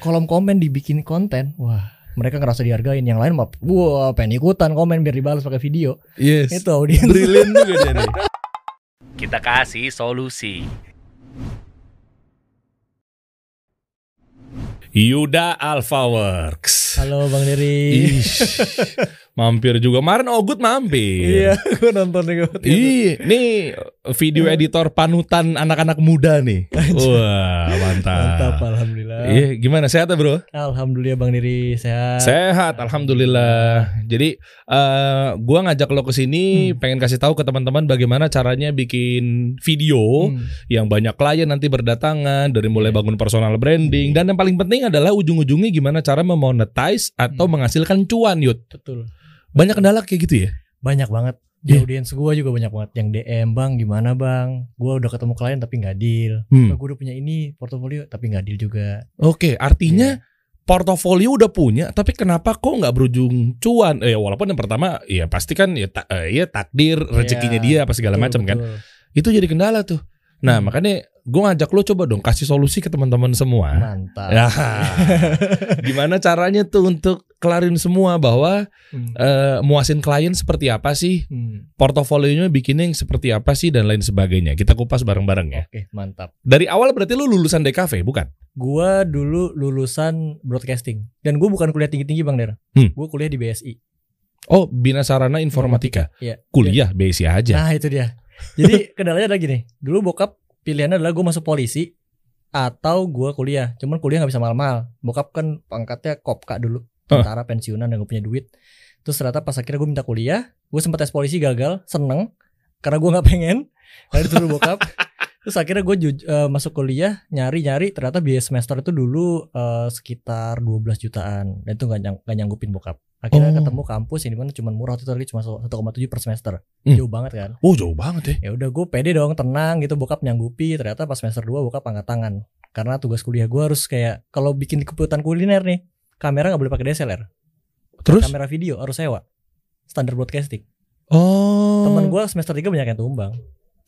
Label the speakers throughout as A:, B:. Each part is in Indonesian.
A: kolom komen dibikin konten, wah mereka ngerasa dihargain. Yang lain mah, wah pengen ikutan komen biar dibalas pakai video.
B: Yes.
A: Itu audiens.
B: Brilliant juga dia nih.
C: Kita kasih solusi.
B: Yuda Alpha Works.
A: Halo Bang Dery.
B: Ish. mampir juga. Kemarin Ogut mampir.
A: Iya, gue nonton nih gua.
B: Ih, nih video editor panutan anak-anak muda nih. Wah, mantap.
A: Mantap, alhamdulillah.
B: Iya, gimana sehat ya, Bro?
A: Alhamdulillah Bang Dery sehat.
B: Sehat, alhamdulillah. Jadi, eh gua ngajak lo ke
A: Hmm.
B: sini pengen kasih tahu ke teman-teman bagaimana caranya bikin video
A: Hmm.
B: yang banyak klien nanti berdatangan dari mulai bangun personal branding dan yang paling penting adalah ujung-ujungnya gimana cara memonetize atau
A: Hmm.
B: menghasilkan cuan, Yud.
A: Betul.
B: Banyak kendala kayak gitu ya?
A: Banyak banget. Di
B: Iya.
A: audiens gue juga banyak banget yang DM bang gimana bang gue udah ketemu klien tapi nggak deal
B: Hmm.
A: gue udah punya ini portofolio tapi nggak deal juga Iya,
B: Oke, artinya portofolio udah punya, tapi kenapa kok nggak berujung cuan? Eh, walaupun yang pertama, ya pasti kan ya, ta- eh, ya takdir
A: Iya,
B: rezekinya dia apa segala macam kan. Itu jadi kendala tuh. Nah,
A: Hmm.
B: makanya gue ngajak lo coba dong kasih solusi ke teman-teman semua.
A: mantap
B: Ya. Gimana caranya tuh untuk kelarin semua bahwa
A: Hmm.
B: eh, muasin klien seperti apa sih,
A: Hmm.
B: portofolionya bikinnya yang seperti apa sih dan lain sebagainya. Kita kupas bareng-bareng ya.
A: oke mantap
B: Dari awal berarti lu lulusan DKV, bukan?
A: Gua dulu lulusan broadcasting dan gue bukan kuliah tinggi-tinggi Bang Der.
B: Hmm.
A: Gue kuliah di BSI.
B: Oh, Bina Sarana Informatika.
A: Iya.
B: Kuliah BSI aja.
A: Nah, itu dia. Jadi kendalanya ada gini. Dulu bokap pilihannya adalah gue masuk polisi atau gua kuliah. Cuman kuliah nggak bisa mahal-mahal. Bokap kan pangkatnya kopka dulu, tentara pensiunan dan gak punya duit. Terus ternyata pas akhirnya gue minta kuliah, gue sempat tes polisi gagal, seneng karena gua nggak pengen. Lalu disuruh bokap. Terus akhirnya gue masuk kuliah nyari-nyari ternyata biaya semester itu dulu eh, sekitar 12 jutaan dan itu nggak nyang- nggak nyanggupin bokap. Akhirnya
B: Oh.
A: ketemu kampus yang dimana cuma murah waktu itu harganya cuma 1,7 per semester.
B: Hmm.
A: Jauh banget kan.
B: Oh jauh banget ya.
A: Ya udah gue pede dong tenang gitu bokap nyanggupi ternyata pas semester 2 bokap angkat tangan. Karena tugas kuliah gue harus kayak kalau bikin kebutuhan kuliner nih kamera nggak boleh pakai DSLR,
B: Terus?
A: kamera video harus sewa. Standar broadcasting.
B: Oh.
A: Temen gue semester 3 banyak yang tumbang.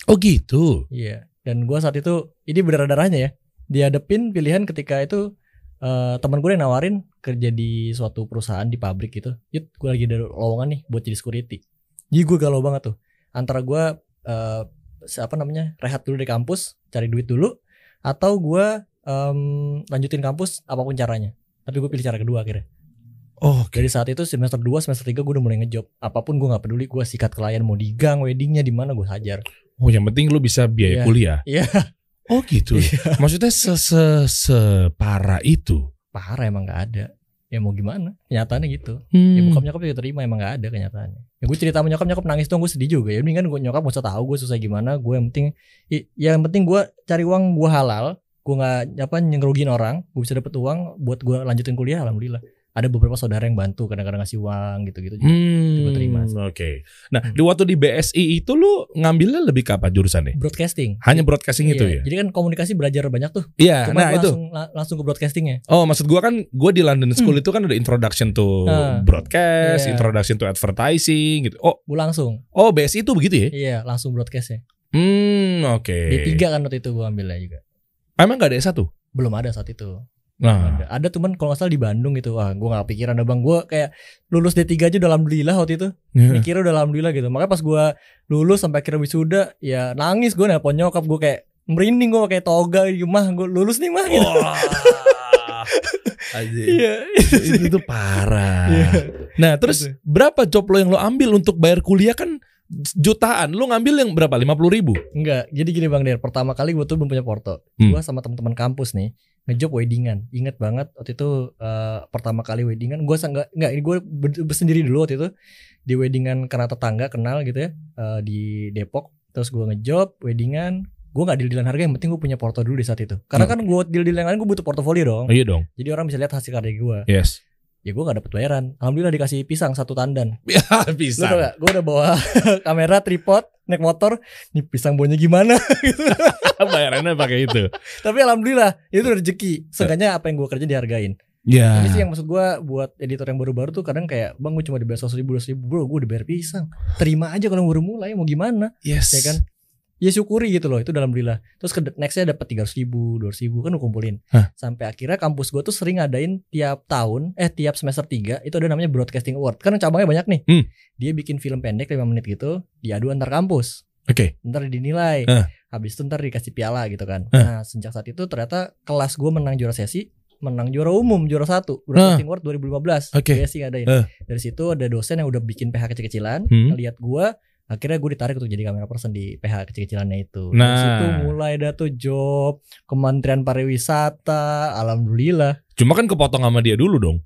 B: Oh gitu.
A: Iya. Dan gue saat itu ini berdarah darahnya ya. Dihadapin pilihan ketika itu eh teman gue yang nawarin kerja di suatu perusahaan di pabrik gitu. Yud, gue lagi ada lowongan nih buat jadi security. Jadi gue galau banget tuh. Antara gue eh apa namanya rehat dulu dari kampus, cari duit dulu, atau gue em, lanjutin kampus apapun caranya. Tapi gue pilih cara kedua akhirnya.
B: Oh.
A: Dari saat itu semester 2, semester 3 gue udah mulai ngejob. Apapun gue nggak peduli, gue sikat klien mau di gang, weddingnya di mana gue hajar.
B: Oh yang penting lu bisa biaya
A: Iya.
B: kuliah.
A: Iya.
B: Oh gitu. ya. Maksudnya se se separah itu.
A: parah emang nggak ada ya mau gimana kenyataannya gitu
B: Hmm.
A: ya bokap nyokap juga terima emang nggak ada kenyataannya ya gue cerita sama nyokap nyokap nangis dong gue sedih juga ya mendingan gue nyokap gak usah tahu gue susah gimana gue yang penting i- ya, yang penting gue cari uang gue halal gue nggak apa ngerugiin orang gue bisa dapet uang buat gue lanjutin kuliah alhamdulillah ada beberapa saudara yang bantu kadang-kadang ngasih uang gitu-gitu juga.
B: Hmm,
A: Gua terima. Hmm.
B: Oke. Nah, di waktu di BSI itu lu ngambilnya lebih ke apa jurusannya?
A: broadcasting
B: Hanya broadcasting itu
A: Iya,
B: ya?
A: jadi kan komunikasi belajar banyak tuh
B: Iya.
A: Cuma
B: Nah
A: gua
B: itu.
A: langsung la- langsung ke broadcastingnya
B: Oh, maksud gua kan gua di London School itu kan ada introduction to
A: Ah.
B: broadcast,
A: Iya.
B: introduction to advertising gitu. Oh,
A: gue langsung
B: oh BSI itu begitu ya?
A: iya langsung broadcastnya
B: Hmm, oke.
A: D3 kan waktu itu gue ambilnya juga
B: Emang gak ada S1?
A: belum ada saat itu
B: Nah,
A: Ada, ada cuman kalau nggak salah di Bandung gitu. Wah, gua nggak pikiran ada Bang. Gua kayak lulus D3 aja udah alhamdulillah waktu itu.
B: ya.
A: Mikirnya udah alhamdulillah gitu. Makanya pas gua lulus sampai akhirnya wisuda, ya nangis gua nelpon nyokap gua kayak merinding gua pakai toga gitu mah gua lulus nih mah gitu.
B: Wah. Anjir.
A: Iya.
B: itu tuh parah.
A: Iya.
B: Nah, terus
A: Gitu.
B: berapa job lo yang lo ambil untuk bayar kuliah kan jutaan. Lo ngambil yang berapa? 50 ribu?
A: Enggak. Jadi gini Bang Der, pertama kali gua tuh belum punya porto.
B: Hmm.
A: Gua sama teman-teman kampus nih ngejob weddingan. Ingat banget waktu itu eh, pertama kali weddingan gua sang- nggak enggak gua ber- bersendiri dulu waktu itu. di weddingan karena tetangga kenal gitu ya eh, di Depok terus gua ngejob weddingan gua nggak deal dealan harga yang penting gue punya porto dulu di saat itu karena kan gue deal deal yang lain gue butuh portofolio Oh, dong
B: Hmm. iya dong.
A: jadi orang bisa lihat hasil karya gua
B: Yes.
A: ya gua nggak dapet bayaran alhamdulillah dikasih pisang satu tandan lu tau
B: Ya, Bisa.
A: gak gue udah bawa kamera tripod naik motor nih pisang baunya gimana
B: Bayarannya pakai itu.
A: tapi alhamdulillah itu rezeki seenggaknya apa yang gua kerja dihargain ini sih yang
B: Ya.
A: maksud gua buat editor yang baru-baru tuh kadang kayak bang gue cuma dibayar seratus ribu dua ribu bro gue udah bayar pisang terima aja kalau baru mulai mau gimana
B: Yes.
A: ya kan ya syukuri gitu loh itu dalam alhamdulillah terus ke nextnya dapat tiga ratus ribu dua ribu kan lu kumpulin
B: Hah.
A: sampai akhirnya kampus gue tuh sering ngadain tiap tahun eh tiap semester tiga itu ada namanya broadcasting award kan cabangnya banyak nih
B: Hmm.
A: dia bikin film pendek lima menit gitu diadu antar kampus
B: Oke.
A: ntar dinilai
B: Eh.
A: habis itu ntar dikasih piala gitu kan
B: Eh.
A: nah sejak saat itu ternyata kelas gue menang juara sesi menang juara umum juara satu udah Award 2015
B: Eh. Oke.
A: Dia Iya sih ngadain
B: Eh.
A: dari situ ada dosen yang udah bikin PH kecil-kecilan
B: Hmm.
A: ngeliat gue akhirnya gue ditarik untuk jadi kamera person di PH kecil-kecilannya itu
B: Nah.
A: dari situ mulai ada tuh job kementerian pariwisata alhamdulillah
B: Cuma kan kepotong sama dia dulu dong.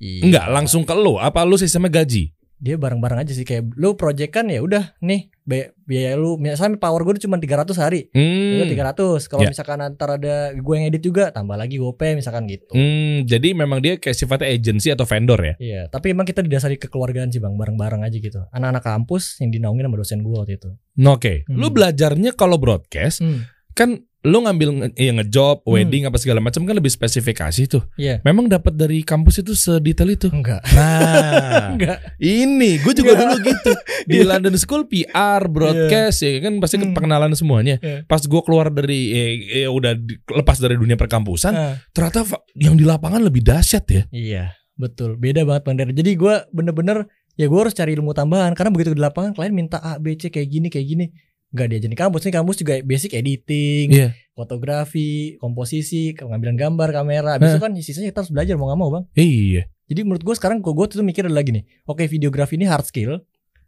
A: Iya.
B: Enggak, langsung ke lo. Apa lu sistemnya gaji?
A: dia bareng-bareng aja sih kayak lu project kan ya udah nih biaya, biaya lu misalnya power gue cuma 300 hari
B: Hmm.
A: kan tiga 300 kalau
B: Ya.
A: misalkan antar ada gue yang edit juga tambah lagi gopay misalkan gitu
B: Hmm, jadi memang dia kayak sifatnya agensi atau vendor ya.
A: Iya, tapi emang kita didasari kekeluargaan sih bang, bareng-bareng aja gitu. Anak-anak kampus yang dinaungin sama dosen gue waktu itu.
B: Nah, Oke,
A: Hmm.
B: lu belajarnya kalau broadcast kan lu ngambil nge- ya, ngejob,
A: Hmm.
B: wedding apa segala macam kan lebih spesifikasi tuh.
A: Iya.
B: Memang dapat dari kampus itu sedetail itu.
A: Enggak,
B: Nah,
A: enggak.
B: ini gue
A: Iya.
B: juga dulu gitu di
A: Iya.
B: London School PR broadcast ya kan pasti
A: Hmm.
B: pengenalan semuanya.
A: Iya.
B: Pas gue keluar dari eh, eh, udah di- lepas dari dunia perkampusan,
A: Ah,
B: ternyata fa- yang di lapangan lebih dahsyat ya.
A: iya, betul. Beda banget bang Dari. Jadi gue bener-bener ya gue harus cari ilmu tambahan karena begitu di lapangan klien minta A, B, C kayak gini kayak gini. Enggak diajarin di kampus nih kampus juga basic editing,
B: Iya.
A: fotografi, komposisi, pengambilan gambar, kamera.
B: Nah.
A: Abis itu kan sisanya kita harus belajar mau nggak mau bang.
B: Iya.
A: Jadi menurut gue sekarang gue tuh mikir adalah gini, oke videografi ini hard skill,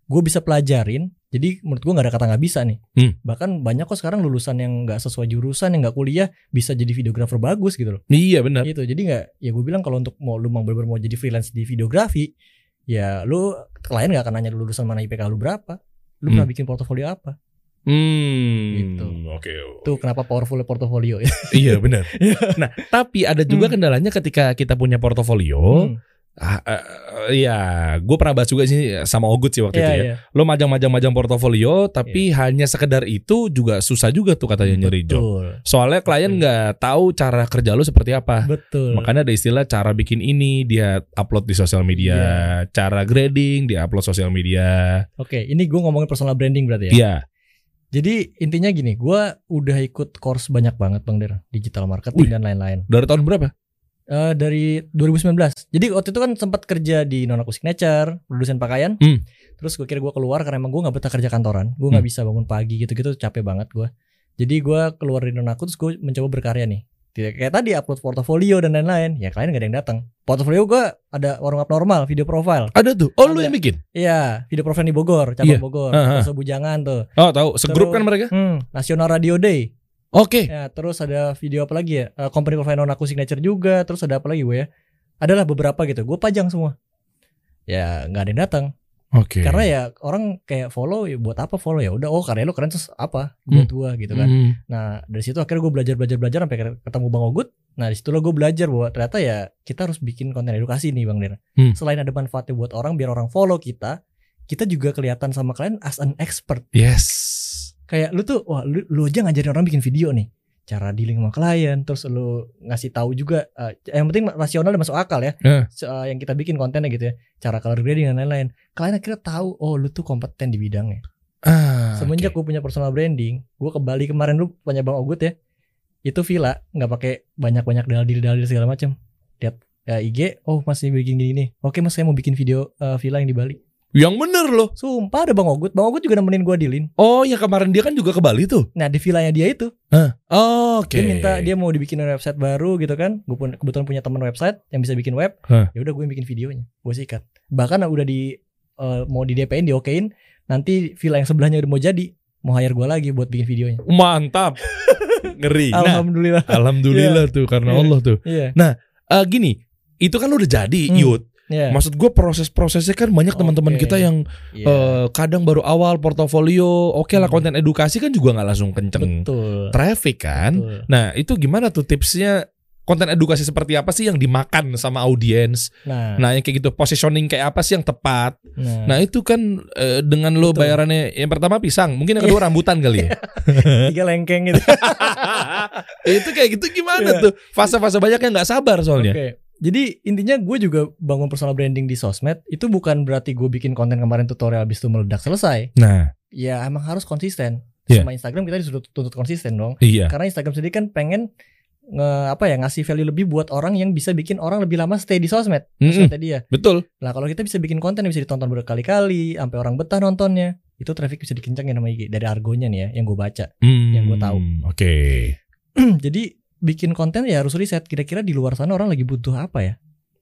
A: gue bisa pelajarin. Jadi menurut gue nggak ada kata nggak bisa nih.
B: Hmm.
A: Bahkan banyak kok sekarang lulusan yang nggak sesuai jurusan, yang nggak kuliah bisa jadi videografer bagus gitu loh.
B: Iya benar.
A: Gitu. Jadi nggak, ya gue bilang kalau untuk mau lu mau bener mau jadi freelance di videografi, ya lu klien nggak akan nanya lu lulusan mana IPK lu berapa, lu pernah bikin portofolio apa.
B: Hmm.
A: Gitu.
B: Oke.
A: Tuh kenapa powerful portofolio ya.
B: Iya benar.
A: Iya.
B: nah, tapi ada juga
A: Hmm.
B: kendalanya ketika kita punya portofolio.
A: Hmm.
B: Ah, eh, eh, ya, gue pernah bahas juga sih sama Ogut sih waktu
A: Iya,
B: itu ya.
A: iya.
B: Lo majang-majang-majang portofolio, tapi hanya sekedar itu juga susah juga tuh katanya nyari
A: Hmm,
B: job.
A: Betul.
B: Soalnya klien
A: Betul.
B: nggak tahu cara kerja lo seperti apa.
A: Betul.
B: Makanya ada istilah cara bikin ini dia upload di sosial media,
A: Iya.
B: cara grading dia upload sosial media.
A: Oke, ini gue ngomongin personal branding berarti ya.
B: Iya.
A: Jadi intinya gini, gua udah ikut course banyak banget Bang Der, digital marketing
B: Wih.
A: dan lain-lain.
B: Dari tahun berapa?
A: Eh dari 2019. Jadi waktu itu kan sempat kerja di Nonaku Signature, produsen pakaian.
B: Hmm.
A: Terus gue kira gua keluar karena emang gua nggak betah kerja kantoran. Gua nggak bisa bangun pagi gitu-gitu capek banget gua. Jadi gua keluar dari Nonaku terus gue mencoba berkarya nih. Tidak kayak tadi upload portofolio dan lain-lain. Ya klien gak ada yang datang. Portofolio gua ada warung abnormal, video profile.
B: Ada tuh. Oh, lu
A: Ada.
B: yang bikin?
A: Iya, video profile di Bogor, cabang
B: Iya.
A: Bogor.
B: Ah, ah.
A: Terus bujangan tuh.
B: Oh, tahu. Segrup
A: Terus-
B: kan mereka?
A: Hmm, National Radio Day.
B: Oke.
A: Ya, terus ada video apa lagi ya? Eh, company profile non aku signature juga, terus ada apa lagi gue ya? Adalah beberapa gitu. Gue pajang semua. Ya, nggak ada yang datang.
B: Oke.
A: Karena ya orang kayak follow ya buat apa follow ya? Udah oh karya lo keren terus apa buat gue gitu kan.
B: Hmm.
A: Nah, dari situ akhirnya gue belajar belajar belajar sampai ketemu Bang Ogut. Nah, di situ gue belajar bahwa ternyata ya kita harus bikin konten edukasi nih Bang Dera.
B: Hmm.
A: Selain ada manfaatnya buat orang biar orang follow kita, kita juga kelihatan sama kalian as an expert
B: Yes.
A: kayak lu tuh wah lu, lu aja ngajarin orang bikin video nih cara dealing sama klien terus lu ngasih tahu juga eh, yang penting rasional dan masuk akal ya
B: Eh.
A: Se- eh, yang kita bikin kontennya gitu ya cara color grading dan lain-lain klien akhirnya tahu oh lu tuh kompeten di bidangnya
B: Ah,
A: semenjak
B: oke.
A: gue punya personal branding gue ke Bali kemarin lu punya bang Ogut ya itu villa nggak pakai banyak-banyak dalil-dalil segala macam lihat eh, IG oh masih bikin gini nih oke mas saya mau bikin video eh, villa yang di Bali
B: yang bener loh.
A: sumpah ada bang Ogut bang Ogut juga nemenin gue dealin
B: Oh, yang kemarin dia kan juga ke Bali tuh.
A: nah di villanya dia itu
B: Oh, oke.
A: Dia minta dia mau dibikin website baru gitu kan. Gue pun kebetulan punya teman website yang bisa bikin web.
B: Hah.
A: Ya udah gue yang bikin videonya. Gue sikat. Bahkan udah di eh, mau di DP-in, diokein, nanti villa yang sebelahnya udah mau jadi, mau hire gue lagi buat bikin videonya.
B: mantap. Ngeri. Nah,
A: Alhamdulillah.
B: alhamdulillah tuh
A: Iya.
B: karena Allah tuh.
A: Iya.
B: Eh gini, itu kan lu udah jadi,
A: Hmm.
B: Yud.
A: Iya.
B: Maksud gue proses-prosesnya kan banyak teman-teman
A: Oke.
B: kita yang
A: Iya.
B: eh, kadang baru awal portofolio, oke lah
A: Hmm.
B: konten edukasi kan juga nggak langsung kenceng
A: Betul.
B: traffic kan.
A: Betul.
B: Nah itu gimana tuh tipsnya? Konten edukasi seperti apa sih yang dimakan sama audiens?
A: Nah,
B: Nah yang kayak gitu positioning kayak apa sih yang tepat?
A: nah.
B: Nah itu kan eh, dengan
A: Betul.
B: lo
A: Iya.
B: bayarannya yang pertama pisang, mungkin yang kedua rambutan kali ya.
A: tiga lengkeng gitu.
B: itu kayak gitu gimana
A: Iya.
B: tuh? Fase-fase banyak yang nggak sabar
A: Oke.
B: soalnya.
A: Jadi intinya gue juga bangun personal branding di sosmed itu bukan berarti gue bikin konten kemarin tutorial habis itu meledak selesai.
B: Nah
A: ya emang harus konsisten.
B: Iya.
A: sama Instagram kita disuruh tuntut konsisten dong
B: Iya.
A: karena Instagram sendiri kan pengen nge apa ya ngasih value lebih buat orang yang bisa bikin orang lebih lama stay di sosmed
B: Mm-mm.
A: tadi ya
B: Betul.
A: nah kalau kita bisa bikin konten yang bisa ditonton berkali-kali sampai orang betah nontonnya itu traffic bisa dikencangin sama IG dari argonya nih ya yang gue baca Yang gua tahu.
B: Hmm, Oke.
A: jadi bikin konten ya harus riset kira-kira di luar sana orang lagi butuh apa ya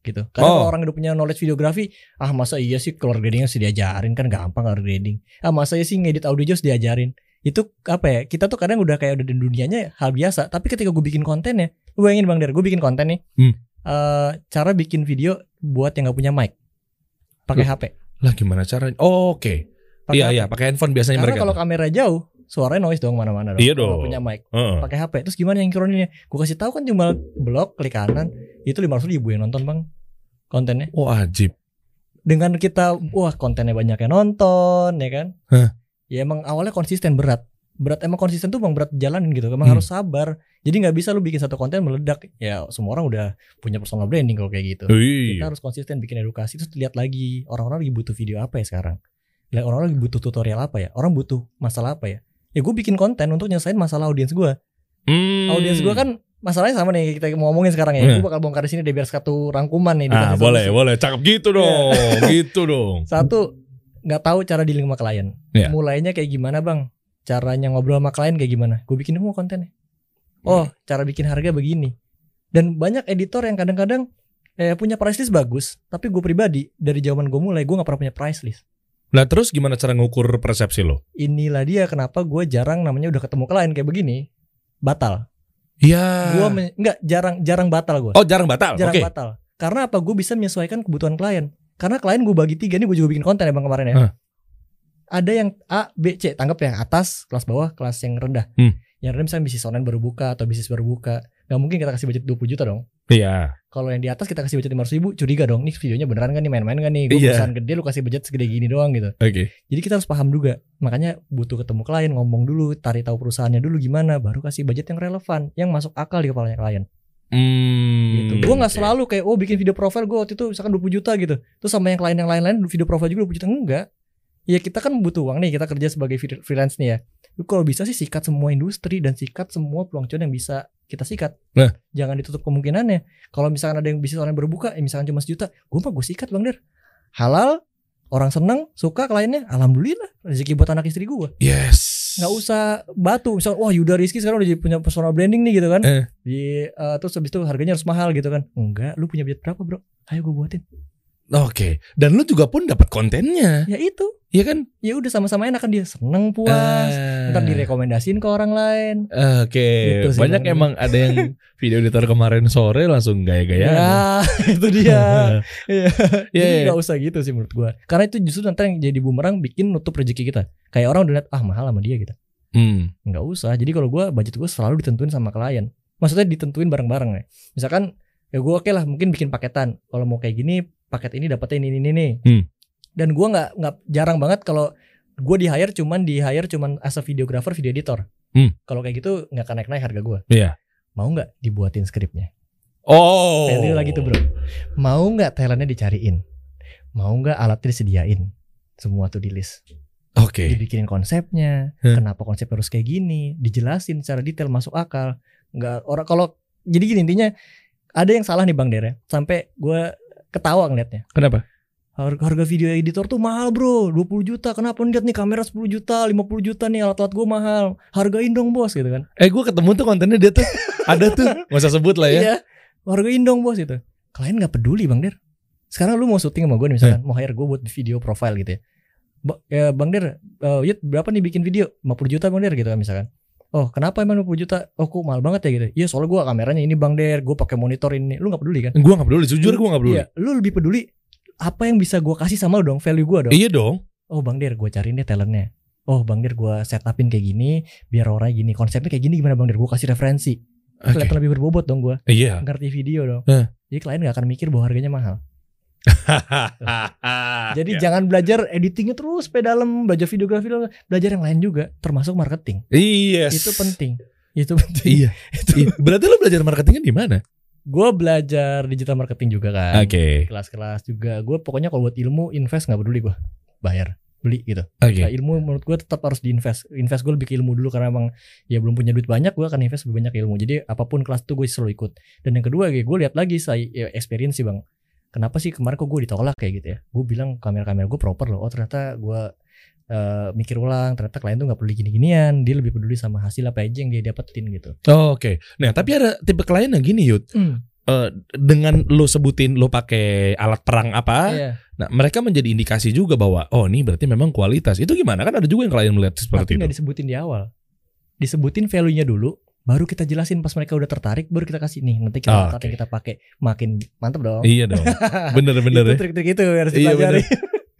A: gitu karena kalau
B: Oh.
A: orang udah punya knowledge videografi ah masa iya sih color grading harus diajarin kan gampang color grading ah masa iya sih ngedit audio just diajarin itu apa ya kita tuh kadang udah kayak udah di dunianya hal biasa tapi ketika gue bikin konten ya gue ingin bang der gue bikin konten nih
B: Hmm.
A: Eh, cara bikin video buat yang nggak punya mic pakai
B: Loh,
A: HP
B: Lah gimana caranya? Oh, Oke.
A: Pakai
B: Iya
A: HP.
B: iya. Pakai handphone biasanya
A: karena
B: mereka.
A: kalau kamera jauh suaranya noise dong mana-mana dong
B: Iya
A: kalau
B: dong.
A: punya mic
B: Heeh.
A: pakai HP terus gimana yang kroninnya gue kasih tahu kan cuma blok klik kanan itu 500 ribu yang nonton bang kontennya
B: Wah Oh, ajib.
A: dengan kita wah kontennya banyak yang nonton ya kan
B: Hah.
A: ya emang awalnya konsisten berat berat emang konsisten tuh bang berat jalanin gitu emang
B: Hmm.
A: harus sabar jadi nggak bisa lu bikin satu konten meledak ya semua orang udah punya personal branding kalau kayak gitu kita
B: Iya.
A: harus konsisten bikin edukasi terus lihat lagi orang-orang lagi butuh video apa ya sekarang Lihat orang-orang lagi butuh tutorial apa ya orang butuh masalah apa ya ya gue bikin konten untuk nyelesain masalah audiens gue
B: Hmm.
A: audiens gue kan masalahnya sama nih kita mau ngomongin sekarang ya.
B: Iya.
A: Gue bakal bongkar di sini deh biar satu rangkuman nih. di
B: Ah
A: Kasih
B: boleh
A: Solusi.
B: boleh. Cakep gitu
A: Iya.
B: dong. gitu dong.
A: Satu nggak tahu cara dealing sama klien.
B: Iya.
A: Mulainya kayak gimana bang? Caranya ngobrol sama klien kayak gimana? Gue bikin semua kontennya. Oh,
B: Iya.
A: cara bikin harga begini. Dan banyak editor yang kadang-kadang eh, punya price list bagus, tapi gue pribadi dari zaman gue mulai gue nggak pernah punya price list.
B: Nah terus gimana cara ngukur persepsi lo?
A: Inilah dia kenapa gue jarang namanya udah ketemu klien kayak begini batal.
B: Iya.
A: Gue nggak jarang jarang batal gue.
B: Oh jarang batal.
A: jarang
B: Oke.
A: batal. Karena apa? Gue bisa menyesuaikan kebutuhan klien. Karena klien gue bagi tiga ini gue juga bikin konten ya bang kemarin ya.
B: Hah.
A: Ada yang A, B, C. Tanggap yang atas, kelas bawah, kelas yang rendah.
B: Hmm.
A: Yang rendah misalnya bisnis online baru buka atau bisnis baru buka. Gak mungkin kita kasih budget 20 juta dong.
B: Iya.
A: Kalau yang di atas kita kasih budget 500 ribu, curiga dong. Nih videonya beneran gak nih main-main gak nih? Gue
B: Iya.
A: perusahaan gede lu kasih budget segede gini doang gitu.
B: Oke.
A: Jadi kita harus paham juga. Makanya butuh ketemu klien, ngomong dulu, tarik tahu perusahaannya dulu gimana, baru kasih budget yang relevan, yang masuk akal di kepalanya klien
B: Hmm.
A: gitu. Gue nggak
B: oke.
A: selalu kayak oh bikin video profil gue waktu itu misalkan 20 juta gitu. Terus sama yang lain yang lain-lain video profil juga 20 juta enggak. Ya kita kan butuh uang nih kita kerja sebagai fre- freelance nih ya. Lu Kalau bisa sih sikat semua industri dan sikat semua peluang cuan yang bisa kita sikat.
B: Nah.
A: Jangan ditutup kemungkinannya. Kalau misalkan ada yang bisnis orang berbuka, ya misalkan cuma sejuta, gue mah gue sikat bang der. Halal, orang seneng, suka kliennya, alhamdulillah rezeki buat anak istri gue
B: Yes.
A: nggak usah batu misal wah Yuda Rizky sekarang udah jadi punya personal branding nih gitu kan
B: Eh.
A: di eh, terus habis itu harganya harus mahal gitu kan enggak lu punya budget berapa bro ayo gue buatin
B: Oke. Dan lu juga pun dapat kontennya,
A: ya itu
B: iya kan?
A: ya udah sama-sama enak kan dia seneng puas
B: Ah,
A: ntar direkomendasiin ke orang lain
B: Oke.
A: Gitu sih,
B: Banyak
A: Bang.
B: emang ada yang video editor kemarin sore langsung gaya-gayaan.
A: ya itu dia Iya.
B: Iya,
A: Jadi
B: iya.
A: nggak usah gitu sih menurut gue karena itu justru nanti yang jadi bumerang bikin nutup rezeki kita kayak orang udah lihat ah mahal sama dia gitu
B: Hmm.
A: nggak usah jadi kalau gue budget gue selalu ditentuin sama klien maksudnya ditentuin bareng-bareng ya misalkan ya gue oke lah mungkin bikin paketan kalau mau kayak gini paket ini dapatnya ini ini ini nih.
B: Hmm.
A: dan gue nggak nggak jarang banget kalau gue di hire cuman di hire cuman as a videographer video editor
B: Hmm.
A: kalau kayak gitu nggak akan naik naik harga gue
B: Iya.
A: mau nggak dibuatin skripnya
B: Oh.
A: value lagi tuh bro mau nggak talentnya dicariin mau nggak alatnya disediain semua tuh di list
B: Oke.
A: dibikinin konsepnya,
B: Heh.
A: kenapa konsep harus kayak gini, dijelasin secara detail masuk akal. Nggak orang kalau jadi gini intinya ada yang salah nih Bang Dere, sampai gua ketawa ngeliatnya.
B: Kenapa?
A: Har- Harga video editor tuh mahal bro 20 juta Kenapa lihat nih kamera 10 juta 50 juta nih alat-alat gue mahal Hargain dong bos gitu kan
B: Eh gue ketemu tuh kontennya dia tuh ada tuh nggak usah sebut lah
A: Iya.
B: ya.
A: Hargain dong bos gitu Klien gak peduli Bang Der Sekarang lu mau syuting sama gue nih
B: Eh.
A: misalkan Mau hire gue buat video profile gitu ya Ba- ya, Bang Der eh, Yud, berapa nih bikin video 50 juta Bang Der gitu kan misalkan Oh kenapa emang 50 juta Oh kok mahal banget ya gitu Iya soalnya gue kameranya ini Bang Der Gue pakai monitor ini Lu gak peduli kan
B: Gue nggak peduli, jujur gue nggak peduli.
A: Iya lu lebih peduli Apa yang bisa gue kasih sama lu dong Value gue dong
B: Iya dong.
A: Oh Bang Der gue cariin deh talentnya Oh Bang Der gue setupin kayak gini Biar orangnya gini Konsepnya kayak gini gimana Bang Der Gue kasih referensi
B: Oke.
A: Kelihatan lebih berbobot dong gue
B: Iya.
A: Ngerti video dong
B: Eh.
A: Jadi klien gak akan mikir bahwa harganya mahal
B: Ah,
A: Jadi
B: iya.
A: jangan belajar editingnya terus pe dalam, belajar videografi dalam, belajar yang lain juga, termasuk marketing.
B: Iya.
A: Itu penting. Itu penting.
B: Iya. Iya. Berarti lo belajar marketingnya di mana?
A: Gue belajar digital marketing juga kan.
B: Oke.
A: Kelas-kelas juga. Gue pokoknya kalau buat ilmu invest nggak peduli gue. Bayar. beli gitu.
B: Oke.
A: Nah, ilmu menurut gue tetap harus diinvest. Invest gue lebih ke ilmu dulu karena emang ya belum punya duit banyak gue akan invest lebih banyak ke ilmu. Jadi apapun kelas tuh gue selalu ikut. Dan yang kedua gue lihat lagi saya ya, experience sih bang. Kenapa sih kemarin kok gue ditolak kayak gitu ya? Gue bilang kamera-kamera gue proper loh. Oh ternyata gue eh, mikir ulang. Ternyata klien tuh nggak peduli gini-ginian. Dia lebih peduli sama hasil apa aja yang dia dapetin gitu.
B: Oh, Oke. Nah, tapi ada tipe klien yang gini, Yud. Eh, dengan lo sebutin lo pakai alat perang apa,
A: Iya.
B: nah mereka menjadi indikasi juga bahwa oh ini berarti memang kualitas. Itu gimana? Kan ada juga yang klien melihat
A: Tapi
B: seperti
A: nggak
B: itu.
A: disebutin di awal. Disebutin value-nya dulu. Baru kita jelasin pas mereka udah tertarik. Baru kita kasih nih. Nanti kita
B: Ah,
A: alat yang
B: oke.
A: kita pakai. Makin mantep dong.
B: Iya dong. Bener-bener
A: itu
B: ya.
A: Gitu, trik-trik itu yang harus
B: Iya,
A: dipelajari.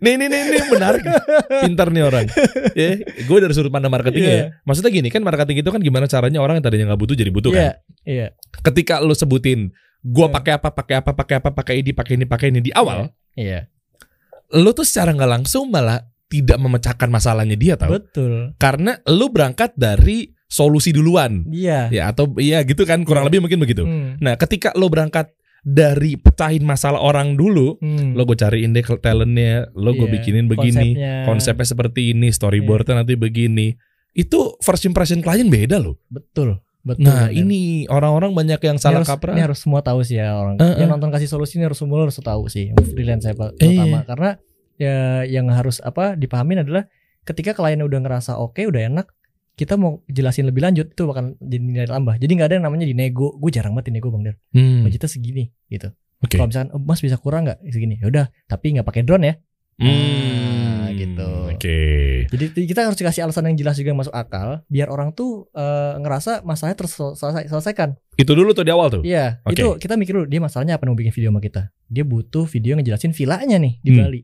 B: Nih, nih, nih, nih menarik. nih. Pintar nih orang. Ya, gue dari sudut pandang marketing
A: Iya.
B: ya. Maksudnya gini kan marketing itu kan gimana caranya orang yang tadinya nggak butuh jadi butuh kan.
A: Iya, iya.
B: Ketika lo sebutin gua
A: Iya.
B: pakai apa, pakai apa, pakai apa, pakai ini, pakai ini, pakai ini di awal,
A: Iya.
B: lo tuh secara nggak langsung malah tidak memecahkan masalahnya dia tau.
A: Betul.
B: Karena lo berangkat dari solusi duluan.
A: Iya.
B: Ya atau iya gitu kan kurang
A: Iya.
B: lebih mungkin begitu.
A: Hmm.
B: Nah, ketika lo berangkat dari pecahin masalah orang dulu,
A: Hmm.
B: lo gue cariin deh talentnya, lo gue
A: Iya.
B: bikinin begini,
A: Konsepnya.
B: konsepnya seperti ini,
A: Iya.
B: storyboardnya nanti begini. Itu first impression klien beda loh.
A: Betul. Betul.
B: Nah,
A: Dan
B: ini orang-orang banyak yang
A: ini
B: salah
A: harus,
B: kaprah.
A: Ini harus semua tahu sih ya orang.
B: Eh,
A: Yang
B: eh.
A: nonton kasih solusi ini harus semua harus tahu sih. Freelance saya terutama
B: Iya.
A: karena ya yang harus apa dipahamin adalah ketika klien udah ngerasa oke, udah enak, kita mau jelasin lebih lanjut itu akan jadi nilai tambah. Jadi nggak ada yang namanya di nego. Gue jarang banget di nego Bang Der.
B: Hmm,
A: Budgetnya segini gitu.
B: Oke.
A: Kalau misalkan "Oh, Mas bisa kurang nggak segini? Ya udah, tapi nggak pakai drone ya.
B: Hmm,
A: gitu.
B: Oke.
A: Jadi kita harus kasih alasan yang jelas juga yang masuk akal biar orang tuh eh, ngerasa masalahnya terselesaikan.
B: Itu dulu tuh di awal tuh.
A: Iya,
B: Oke.
A: itu kita mikir dulu dia masalahnya apa nih mau bikin video sama kita. Dia butuh video yang ngejelasin villanya nih di
B: Hmm.
A: Bali.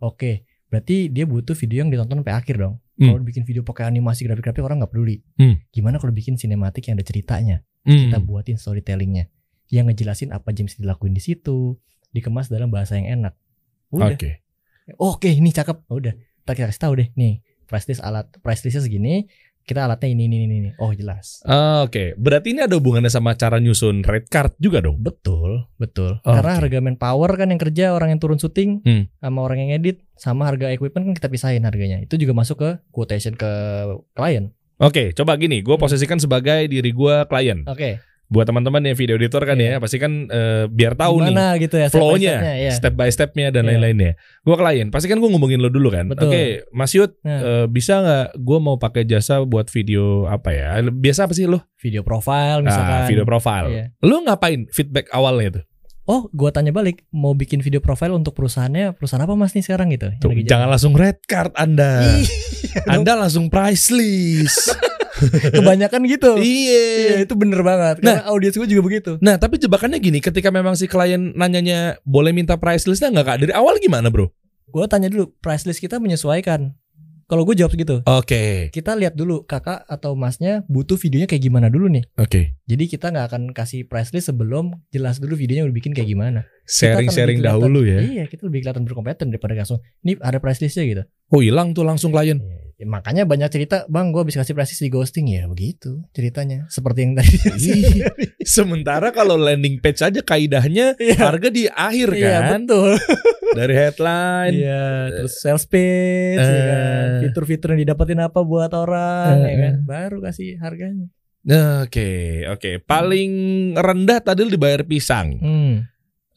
A: Oke, berarti dia butuh video yang ditonton sampai akhir dong.
B: Hmm.
A: Kalau bikin video pakai animasi grafik-grafik orang nggak peduli.
B: Hmm.
A: Gimana kalau bikin sinematik yang ada ceritanya?
B: Hmm,
A: Kita buatin storytellingnya yang ngejelasin apa James dilakuin di situ, dikemas dalam bahasa yang enak. Udah,
B: Oke.
A: Oke, ini cakep. Oh, udah, ntar kita kasih tahu deh. Nih, price list alat, price listnya segini. Kita alatnya ini, ini, ini, ini. Oh, jelas.
B: Ah, Oke, berarti ini ada hubungannya sama cara nyusun red card juga dong.
A: Betul, betul.
B: Oh, Oke.
A: Karena harga manpower kan yang kerja, orang yang turun syuting,
B: Hmm.
A: sama orang yang edit, sama harga equipment kan kita pisahin harganya. Itu juga masuk ke quotation ke klien.
B: Oke, coba gini,
A: Hmm.
B: gue posisikan sebagai diri gue klien.
A: Oke.
B: Buat teman-teman yang video editor kan ya, pasti kan eh, biar tahu
A: Iya.
B: nih
A: Gimana gitu ya step by
B: flow-nya,
A: stepnya, ya.
B: step by stepnya dan
A: Iya.
B: lain-lainnya. Gue klien, pasti kan gue ngomongin lo dulu kan.
A: Betul.
B: Oke, Mas Yud,
A: Nah.
B: eh, bisa nggak gue mau pakai jasa buat video apa ya? Biasa apa sih lo?
A: Video profile misalkan.
B: Ah, video profile.
A: Iya.
B: Lo ngapain feedback awalnya itu?
A: Oh, gua tanya balik, mau bikin video profile untuk perusahaannya, perusahaan apa Mas nih sekarang gitu? Yang
B: Tuh,
A: lagi
B: jangan langsung red card Anda.
A: jalan. Ih,
B: anda langsung price list.
A: kebanyakan gitu.
B: Iya.
A: Iya itu bener banget. Karena audiens gue juga begitu.
B: Nah tapi jebakannya gini Ketika memang si klien nanyanya Boleh minta price listnya nggak kak? Dari awal gimana bro?
A: Gue tanya dulu price list kita menyesuaikan. Kalau gue jawab segitu,
B: Oke
A: kita lihat dulu kakak atau masnya butuh videonya kayak gimana dulu nih.
B: Oke
A: Jadi kita nggak akan kasih price list sebelum jelas dulu videonya udah bikin kayak gimana. Kita akan
B: Sharing-sharing
A: lebih kelihatan-
B: dahulu ya
A: Iya, kita lebih kelihatan berkompeten daripada langsung. Ini ada price listnya gitu.
B: Oh hilang tuh langsung klien
A: Ya, makanya banyak cerita, bang, gue habis kasih price list di ghosting ya, begitu ceritanya. Seperti yang
B: Iya,
A: tadi.
B: Ih, Sementara kalau landing page aja Kaidahnya
A: Iya,
B: harga di akhir
A: iya
B: kan
A: betul.
B: Dari headline
A: Iya, terus sales pitch, ya kan?
B: eh.
A: fitur-fitur yang didapetin apa buat orang,
B: Eh,
A: ya kan? Baru kasih harganya.
B: Nah, Oke oke Paling rendah tadi lu dibayar pisang
A: Hmm,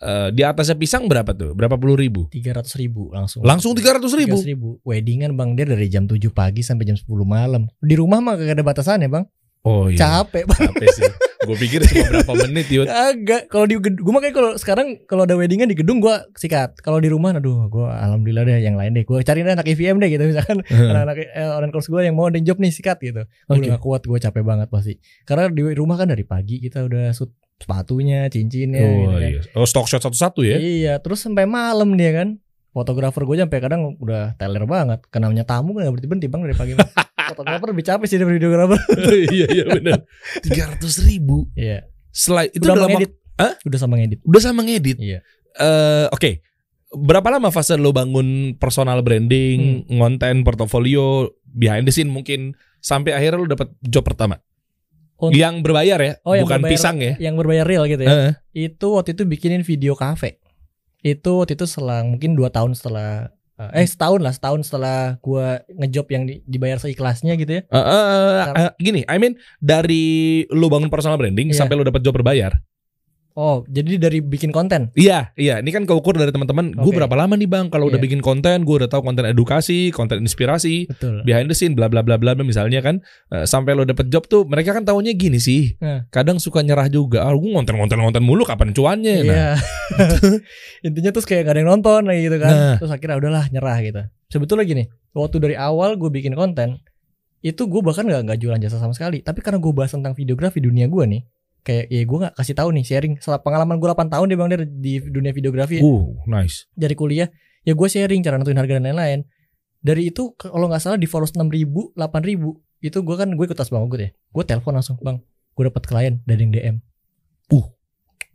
B: Eh, Di atasnya pisang berapa tuh? Berapa puluh ribu?
A: tiga ratus ribu langsung.
B: Langsung 300 ribu?
A: 300 ribu. Weddingan bang dia dari jam 7 pagi sampai jam 10 malam. Di rumah mah gak ada batasannya bang.
B: Oh
A: Capek bang.
B: Capek sih Gue pikir cuma berapa menit yud
A: Iya, Agak. Kalau di gue makanya kalau sekarang kalau ada weddingan di gedung gua sikat. Kalau di rumah, aduh gue alhamdulillah deh yang lain deh. Gue cariin anak IVM deh gitu misalkan. anak-anak eh, orang kurs gue yang mau ada job nih sikat gitu. Gue
B: Oke.
A: udah gak kuat, gue capek banget pasti. Karena di rumah kan dari pagi kita udah sut sepatunya, cincinnya
B: oh,
A: gitu kan.
B: iya. oh stock shot satu-satu ya.
A: Iya, terus sampai malam dia kan. Fotografer gue sampai kadang udah teler banget. Kenamnya tamu kan gak berhenti berhenti bang dari pagi. Fotografer lebih capek sih dari videografer.
B: iya iya benar. Tiga ratus ribu.
A: Iya.
B: Selain itu
A: udah
B: dalam
A: mengedit.
B: Hah?
A: Udah sama ngedit.
B: wak- udah sama ngedit.
A: Iya.
B: Eh, Oke. Berapa lama fase lo bangun personal branding,
A: Hmm.
B: konten, portofolio, behind the scene mungkin sampai akhirnya lo dapet job pertama?
A: Oh.
B: yang berbayar ya,
A: Oh, yang
B: bukan
A: berbayar.
B: pisang ya.
A: Yang berbayar real gitu ya.
B: Heeh.
A: Itu waktu itu bikinin video cafe. Itu waktu itu selang mungkin 2 tahun setelah eh setahun lah setahun setelah gua ngejob yang di- dibayar seikhlasnya gitu ya
B: Eh, eh, eh, eh, gini, I mean dari lu bangun personal branding
A: Iya.
B: sampai lu dapat job berbayar.
A: oh jadi dari bikin konten
B: Iya, iya. Ini kan keukur dari teman-teman. Gue
A: Oke.
B: berapa lama nih bang? Kalau udah
A: Iya.
B: bikin konten, gue udah tahu konten edukasi, konten inspirasi,
A: betul
B: behind the scene, bla bla bla bla. bla, Misalnya kan Eh, sampai lo dapet job tuh, mereka kan taunya gini sih.
A: Nah.
B: Kadang suka nyerah juga. Ah, gue ngonten ngonten ngonten mulu. Kapan cuannya? Nah,
A: Iya. Intinya terus kayak gak ada yang nonton lagi gitu kan.
B: Nah.
A: Terus akhirnya udahlah nyerah gitu. Sebetulnya gini, waktu dari awal gue bikin konten itu gue bahkan nggak nggak jualan jasa sama sekali. Tapi karena gue bahas tentang videografi dunia gue nih, kayak ya gue nggak kasih tahu nih sharing. Setelah pengalaman gue 8 tahun deh bang dari di dunia videografi
B: Uh, nice.
A: dari kuliah, ya gue sharing cara nentuin harga dan lain-lain. Dari itu kalau nggak salah di followers 6 ribu, 8 ribu itu gue kan gue ikut tas bang Ogut ya. Gue telepon langsung bang, gue dapat klien dari yang DM.
B: Uh.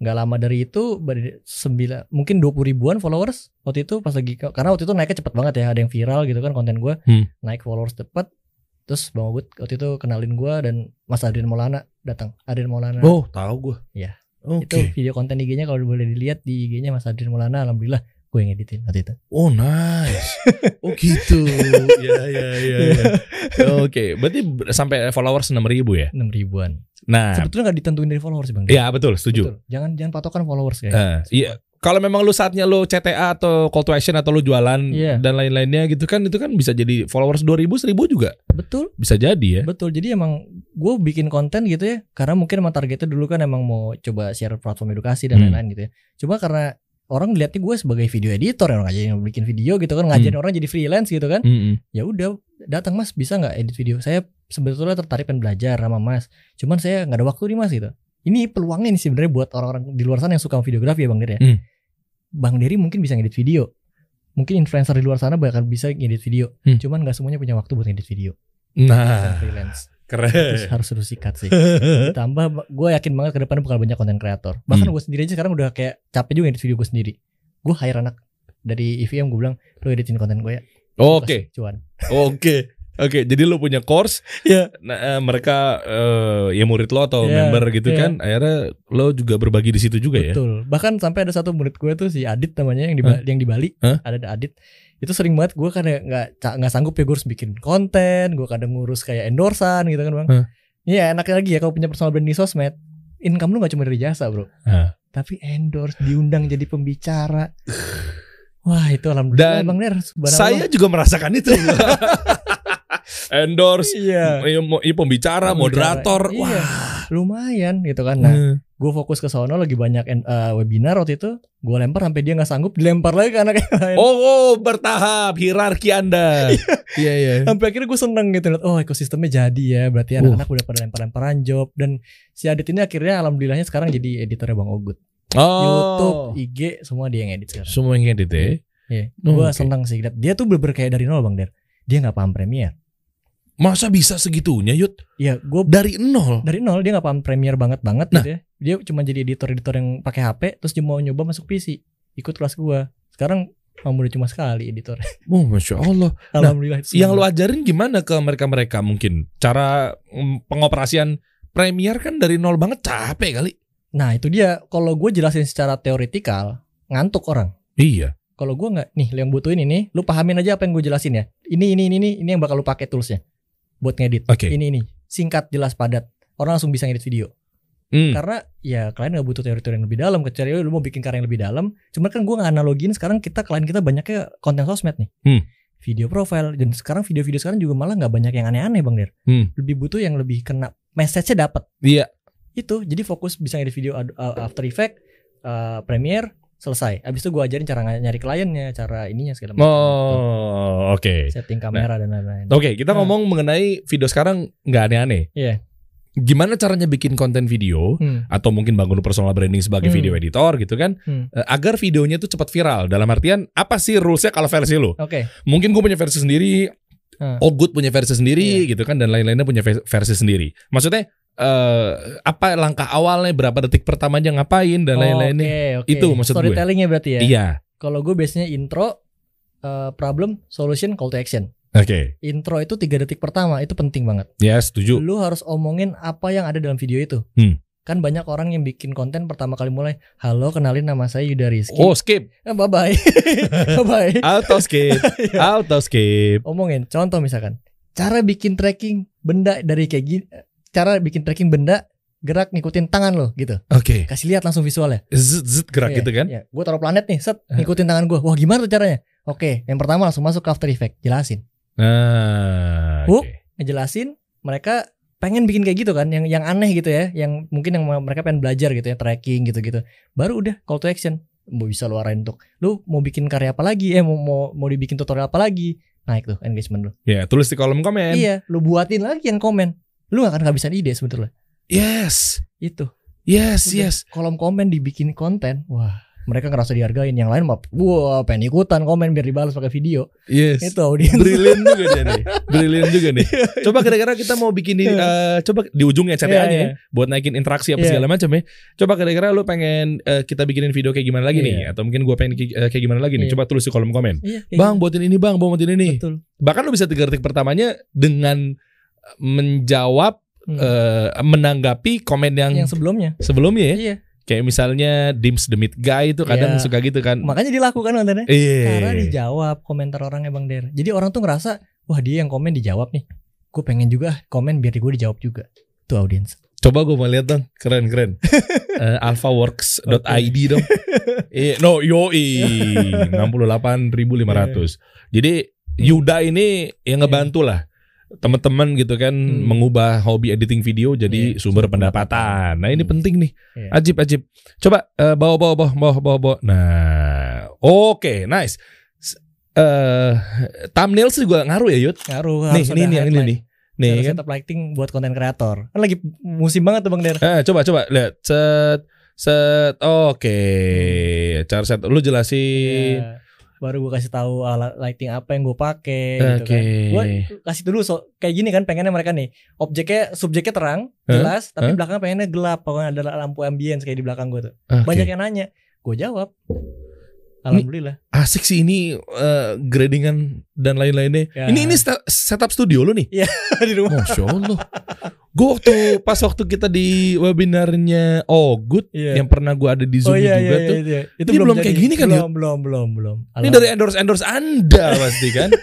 A: nggak lama dari itu ber- sembilan mungkin 20 ribuan followers waktu itu pas lagi karena waktu itu naiknya cepet banget ya ada yang viral gitu kan konten gue
B: Hmm.
A: naik followers cepet terus bang Ogut waktu itu kenalin gue dan Mas Adrian Maulana datang Adrian Maulana
B: Oh, tahu gue.
A: Nah. Iya.
B: Oke.
A: itu video konten IG-nya kalau boleh dilihat di IG-nya Mas Adrian Maulana alhamdulillah gue yang editin waktu itu
B: Oh nice. Oh gitu. ya ya ya. ya. Oke, berarti ber- sampai followers 6000 ya.
A: enam ribuan
B: Nah,
A: sebetulnya nggak ditentuin dari followers bang
B: ya betul, setuju.
A: Betul. jangan jangan patokan followers
B: Eh,
A: kayak
B: iya. Kalau memang lu saatnya lu CTA atau call to action atau lu jualan
A: Iya.
B: dan lain-lainnya gitu kan itu kan bisa jadi followers 2000 1000 juga
A: betul
B: bisa jadi ya.
A: Betul. Jadi emang gue bikin konten gitu ya, karena mungkin emang targetnya dulu kan emang mau coba share platform edukasi dan
B: Hmm.
A: lain-lain gitu ya. Cuma karena orang lihatnya gue sebagai video editor yang ngajarin yang bikin video gitu kan, ngajarin
B: Hmm.
A: orang jadi freelance gitu kan.
B: Mm-mm.
A: Ya udah, datang Mas bisa nggak edit video? Saya sebetulnya tertarik pengen belajar sama Mas. Cuman saya nggak ada waktu nih Mas gitu. Ini peluangnya nih sebenarnya buat orang-orang di luar sana yang suka videografi ya Bang Dery ya.
B: Hmm.
A: Bang Dery mungkin bisa ngedit video. Mungkin influencer di luar sana bakal bisa ngedit video.
B: Hmm.
A: Cuman nggak semuanya punya waktu buat ngedit video. Bukan
B: Nah,
A: freelance. Terus
B: keren.
A: harus terus sikat sih. Ditambah gue yakin banget ke depan bakal banyak konten kreator. Bahkan
B: Hmm.
A: gue sendiri aja sekarang udah kayak capek juga edit video gue sendiri. Gue hire anak dari E IVM gue bilang lu editin konten gue ya. Gua
B: Oke,
A: kasih Cuan.
B: oke. Oke, jadi lu punya course,
A: Iya.
B: nah, eh, mereka eh, ya murid lo atau
A: Iya,
B: member
A: iya.
B: gitu kan, akhirnya lo juga berbagi di situ juga ya.
A: Betul. Bahkan sampai ada satu murid gue tuh si Adit namanya yang di Ba- yang di Bali,
B: Hah?
A: ada ada Adit. Itu sering banget gue kan ya nggak ca- nggak sanggup ya gue harus bikin konten, gue kadang ngurus kayak endorsan gitu kan bang.
B: Hah.
A: Iya enaknya lagi ya kalau punya personal brand di sosmed, income lu nggak cuma dari jasa bro,
B: Hah.
A: tapi endorse diundang jadi pembicara. Wah itu alhamdulillah
B: Dan
A: bang Der. subhanallah.
B: Saya juga merasakan itu. Endorse,
A: Iya.
B: ya, mau- ya,
A: Pembicara,
B: pembicara, moderator,
A: iya.
B: wah. Hmm.
A: lumayan gitu kan. Nah, gue fokus ke sono lagi banyak eh, webinar waktu itu, gue lempar sampai dia nggak sanggup dilempar lagi ke anak yang lain.
B: Oh, oh, bertahap hierarki Anda. Iya, iya.
A: sampai akhirnya gue seneng gitu liat oh ekosistemnya jadi ya berarti anak-anak udah pada lempar-lemparan job dan si Adit ini akhirnya alhamdulillahnya sekarang jadi editornya Bang Ogut YouTube
B: Oh.
A: IG semua dia yang edit sekarang
B: Semua yang edit ya.
A: Iya.
B: Oh,
A: gue
B: oke.
A: seneng sih liat. dia tuh bener-bener kayak dari nol Bang Der dia nggak paham Premiere
B: Masa bisa segitunya, Yud?
A: ya gue
B: Dari nol.
A: dari nol dia nggak paham Premiere banget banget
B: Nah.
A: gitu ya dia cuma jadi editor-editor yang pakai HP terus dia mau nyoba masuk PC ikut kelas gue sekarang Emang udah cuma sekali editor.
B: Oh, Masya Allah.
A: Alhamdulillah. itu
B: Yang lu
A: semua.
B: ajarin gimana ke mereka-mereka mungkin? Cara mm, pengoperasian Premiere kan dari nol banget capek kali.
A: Nah itu dia. Kalau gue jelasin secara teoretikal, ngantuk orang.
B: Iya.
A: kalau gue nggak nih lo yang butuhin ini lu pahamin aja apa yang gue jelasin ya ini ini ini ini ini yang bakal lu pakai toolsnya buat ngedit
B: Oke.
A: ini ini singkat jelas padat orang langsung bisa ngedit video
B: Hmm.
A: karena ya klien nggak butuh teori-teori yang lebih dalam kecuali lu mau bikin karya yang lebih dalam cuman kan gue nggak analogin sekarang kita klien kita banyaknya konten sosmed nih
B: Hmm.
A: video profile dan sekarang video-video sekarang juga malah nggak banyak yang aneh-aneh bang der
B: Hmm.
A: lebih butuh yang lebih kena message-nya dapat
B: Iya.
A: itu jadi fokus bisa ngedit video ad- uh, After Effect uh, Premiere selesai abis itu gue ajarin cara ng- nyari kliennya cara ininya segala macam
B: Oh, oke.
A: setting kamera dan lain-lain
B: Oke, kita
A: Nah.
B: ngomong mengenai video sekarang nggak aneh-aneh.
A: Iya.
B: Gimana caranya bikin konten video
A: Hmm,
B: atau mungkin bangun personal branding sebagai
A: Hmm.
B: video editor gitu kan?
A: hmm.
B: Eh, agar videonya tuh cepat viral. Dalam artian apa sih rulesnya kalau versi lu?
A: oke
B: Mungkin gue punya versi sendiri,
A: Hmm.
B: oh good punya versi sendiri
A: Iya.
B: gitu kan dan lain-lainnya punya ve- versi sendiri. Maksudnya eh, apa langkah awalnya berapa detik pertamanya ngapain dan lain-lainnya?
A: Oh, Oke, oke.
B: Itu maksud gue.
A: storytellingnya berarti ya
B: Iya.
A: kalau gue biasanya intro uh, problem solution call to action
B: Oke.
A: intro itu tiga detik pertama itu penting banget
B: Ya setuju.
A: lu harus omongin apa yang ada dalam video itu
B: Hmm.
A: Kan banyak orang yang bikin konten pertama kali mulai, "Halo, kenalin nama saya Yuda Rizky."
B: Oh skip,
A: Eh, bye-bye. bye-bye.
B: auto skip,
A: Iya.
B: auto skip.
A: Omongin contoh misalkan, cara bikin tracking benda dari kayak gini, cara bikin tracking benda gerak ngikutin tangan lo gitu.
B: Oke,
A: Kasih lihat langsung visualnya.
B: zut zut gerak
A: Iya,
B: gitu kan?
A: Iya, gue taruh planet nih, set ngikutin tangan gue. Wah, gimana tuh caranya? Oke, yang pertama langsung masuk ke After Effect, jelasin.
B: Nah,
A: Hook.
B: oke.
A: ngejelasin mereka pengen bikin kayak gitu kan yang yang aneh gitu ya yang mungkin yang mereka pengen belajar gitu ya tracking gitu-gitu baru udah call to action mau bisa lu arahin untuk lu mau bikin karya apa lagi eh mau mau mau dibikin tutorial apa lagi naik tuh engagement lu
B: ya tulis di kolom komen.
A: iya lu buatin lagi yang komen lu gak akan kehabisan ide sebetulnya
B: Yes,
A: itu
B: yes,
A: Udah.
B: yes.
A: kolom komen dibikin konten wah mereka ngerasa dihargain yang lain mah wah pengen ikutan komen biar dibalas pakai video
B: Yes.
A: itu audiens
B: Brilliant juga dia nih. Brilliant juga nih. Coba gara-gara kita mau bikin di eh, coba di ujungnya
A: Iya,
B: CTA-nya
A: iya.
B: ya, buat naikin interaksi apa
A: Iya.
B: segala macam ya. Coba gara-gara lu pengen eh, kita bikinin video kayak gimana lagi nih atau mungkin gua pengen ki- eh, kayak gimana lagi nih.
A: Iya.
B: Coba tulis di kolom komen.
A: iya, kayak
B: Bang,
A: gitu.
B: buatin ini, Bang, bang, buatin ini.
A: betul
B: Bahkan lu bisa tiga detik pertamanya dengan eh, menjawab
A: Hmm.
B: eh, menanggapi komen yang,
A: yang sebelumnya
B: sebelumnya ya.
A: iya
B: Kayak misalnya Dims the Meat Guy itu kadang
A: Iya.
B: suka gitu kan.
A: makanya dilakukan kontennya Karena
B: Iya.
A: dijawab komentar orangnya Bang Der. Jadi orang tuh ngerasa, wah dia yang komen dijawab nih. Gue pengen juga ah, komen biar gue dijawab juga. Tuh audiens.
B: Coba gue mau lihat dong, keren keren. Eh, alphaworks.id dong. Eh, no yoi
A: Iya.
B: 68.500. Jadi Yuda ini yang ngebantu lah teman-teman gitu kan
A: Hmm.
B: mengubah hobi editing video jadi
A: Iya,
B: sumber
A: sumber
B: pendapatan. Nah ini
A: Hmm.
B: penting nih.
A: Iya.
B: Ajib ajib. Coba eh, bawa bawa bawa bawa bawa bawa. Nah, oke nice. S- Eh, thumbnail sih juga ngaruh ya Yud.
A: Ngaruh
B: Nih
A: harus ada
B: ini ini yang ini
A: highlight.
B: nih. Nih
A: Harus
B: kan.
A: setup lighting buat konten kreator. Kan lagi musim banget tuh Bang Der.
B: Eh, coba coba lihat set set oke
A: Hmm.
B: cara set lu jelasin
A: Iya. Baru gue kasih tahu alat lighting apa yang gue pakai gitu
B: oke
A: kan. Gue kasih dulu so, kayak gini kan pengennya mereka nih objeknya subjeknya terang
B: Hah?
A: jelas tapi
B: Hah?
A: belakangnya pengennya gelap pokoknya ada lampu ambience kayak di belakang gue tuh
B: oke.
A: banyak yang nanya gue jawab alhamdulillah
B: asik sih ini eh, gradingan dan lain-lainnya
A: Ya.
B: ini ini sta- setup studio lu nih
A: di rumah
B: masya allah gue waktu pas waktu kita di webinarnya oh good
A: Iya.
B: yang pernah gue ada di zoom juga tuh
A: iya, iya. Itu
B: Ini belum kayak
A: jadi.
B: gini kan,
A: belum, belum, belum, belum.
B: ini dari endorse endorse anda pasti kan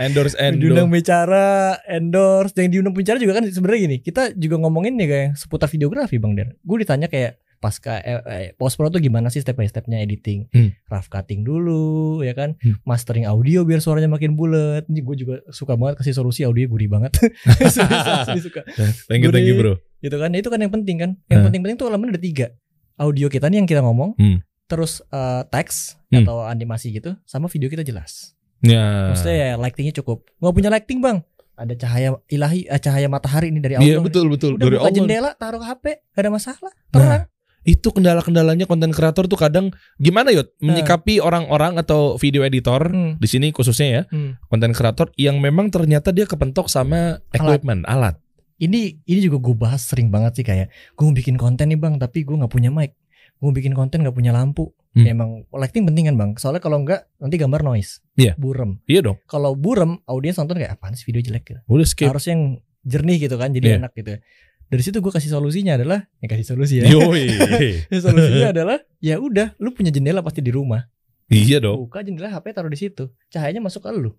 B: endorse
A: Alam. diundang
B: endorse
A: bicara, endorse, yang diundang bicara juga kan sebenarnya gini. Kita juga ngomongin nih kayak seputar videografi Bang Der. Gue ditanya kayak pasca eh, eh, post pro tuh gimana sih step by stepnya editing,
B: Hmm.
A: rough cutting dulu, ya kan,
B: Hmm.
A: mastering audio biar suaranya makin bulat. Gue juga suka banget kasih solusi audio gurih banget. Asli, asli suka.
B: thank you thank you
A: Gurih.
B: bro
A: gitu kan itu kan yang penting kan yang
B: Hah.
A: penting-penting tuh elemen ada tiga audio kita nih yang kita ngomong
B: Hmm.
A: terus eh, teks
B: Hmm.
A: atau animasi gitu sama video kita jelas
B: ya
A: maksudnya ya lightingnya cukup nggak punya lighting bang ada cahaya ilahi eh, cahaya matahari ini dari Allah
B: Iya
A: nih.
B: betul betul
A: udah
B: dari
A: buka
B: Allah.
A: jendela taruh ke HP gak ada masalah
B: Nah,
A: terang
B: itu kendala-kendalanya konten kreator tuh kadang gimana yot menyikapi orang-orang atau video editor
A: Nah. Hmm,
B: di sini khususnya ya
A: hmm.
B: konten kreator yang memang ternyata dia kepentok sama equipment alat.
A: ini ini juga gue bahas sering banget sih kayak gue mau bikin konten nih bang tapi gue nggak punya mic gue mau bikin konten nggak punya lampu
B: Hmm.
A: Ya, emang lighting penting kan bang soalnya kalau enggak nanti gambar noise
B: Iya.
A: burem
B: Iya dong.
A: kalau burem audiens nonton kayak apaan sih video jelek gitu.
B: Udah skip.
A: harus yang jernih gitu kan
B: Iya.
A: jadi enak gitu dari situ gue kasih solusinya adalah yang kasih solusi ya
B: Yoi.
A: solusinya adalah ya udah lu punya jendela pasti di rumah
B: iya dong.
A: buka jendela HP taruh di situ cahayanya masuk ke lu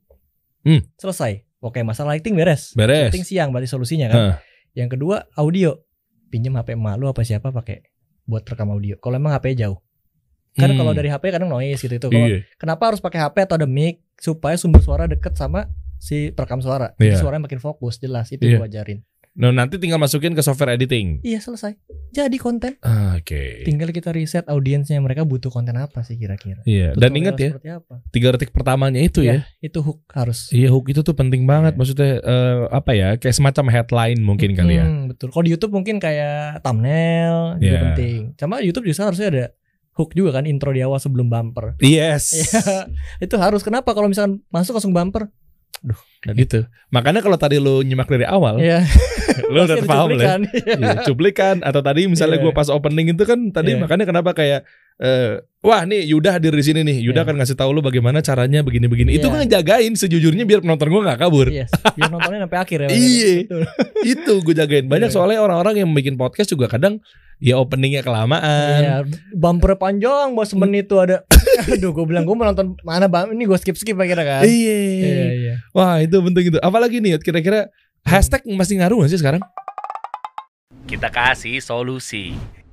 B: Hmm.
A: selesai oke masalah lighting beres
B: Beres.
A: Lighting siang berarti solusinya kan
B: Heeh.
A: yang kedua audio pinjem HP emak lu apa siapa pakai buat rekam audio kalau emang HP jauh kan
B: Hmm.
A: kalau dari HP kadang noise gitu itu kalau
B: Iya.
A: kenapa harus pakai HP atau ada mic supaya sumber suara deket sama si perekam suara
B: Iya.
A: Jadi suaranya makin fokus jelas itu
B: Iya.
A: gua ajarin
B: Nah, nanti tinggal masukin ke software editing.
A: iya selesai jadi konten
B: Ah, Oke.
A: tinggal kita riset audiensnya mereka butuh konten apa sih kira-kira
B: Iya. Dan
A: Tutorial
B: ingat ya,
A: seperti apa?
B: tiga detik pertamanya itu ya.
A: itu hook harus
B: Iya, hook itu tuh penting banget.
A: Iya.
B: Maksudnya eh, apa ya? Kayak semacam headline mungkin kali ya.
A: Hmm, betul kalau di YouTube mungkin kayak thumbnail juga
B: Iya.
A: penting sama YouTube juga harusnya ada hook juga kan intro di awal sebelum bumper
B: Yes.
A: Iya, itu harus kenapa kalau misalkan masuk langsung bumper
B: gitu. Makanya kalau tadi lu nyimak dari awal,
A: ya
B: lu udah paham lah. ya. Iya,
A: ya
B: cuplikan atau tadi
A: Iya.
B: misalnya gua pas opening itu kan tadi
A: Iya.
B: makanya kenapa kayak eh, wah nih Yuda hadir di sini nih Yuda
A: Iya.
B: akan ngasih tahu lu bagaimana caranya begini-begini itu
A: Iya.
B: kan jagain sejujurnya biar penonton gua nggak kabur
A: yes. Iya. biar nontonnya sampai akhir ya
B: Iya.
A: Betul.
B: itu gue jagain banyak
A: Iya.
B: soalnya orang-orang yang bikin podcast juga kadang ya openingnya kelamaan.
A: Iya, bumper panjang bos menit tuh ada. Aduh, gue bilang gue mau nonton mana bang? Ini gue skip skip akhirnya kan.
B: Iya.
A: Iya, iya.
B: Wah itu penting itu. Apalagi nih kira-kira hashtag masih ngaruh gak sih sekarang?
C: Kita kasih solusi.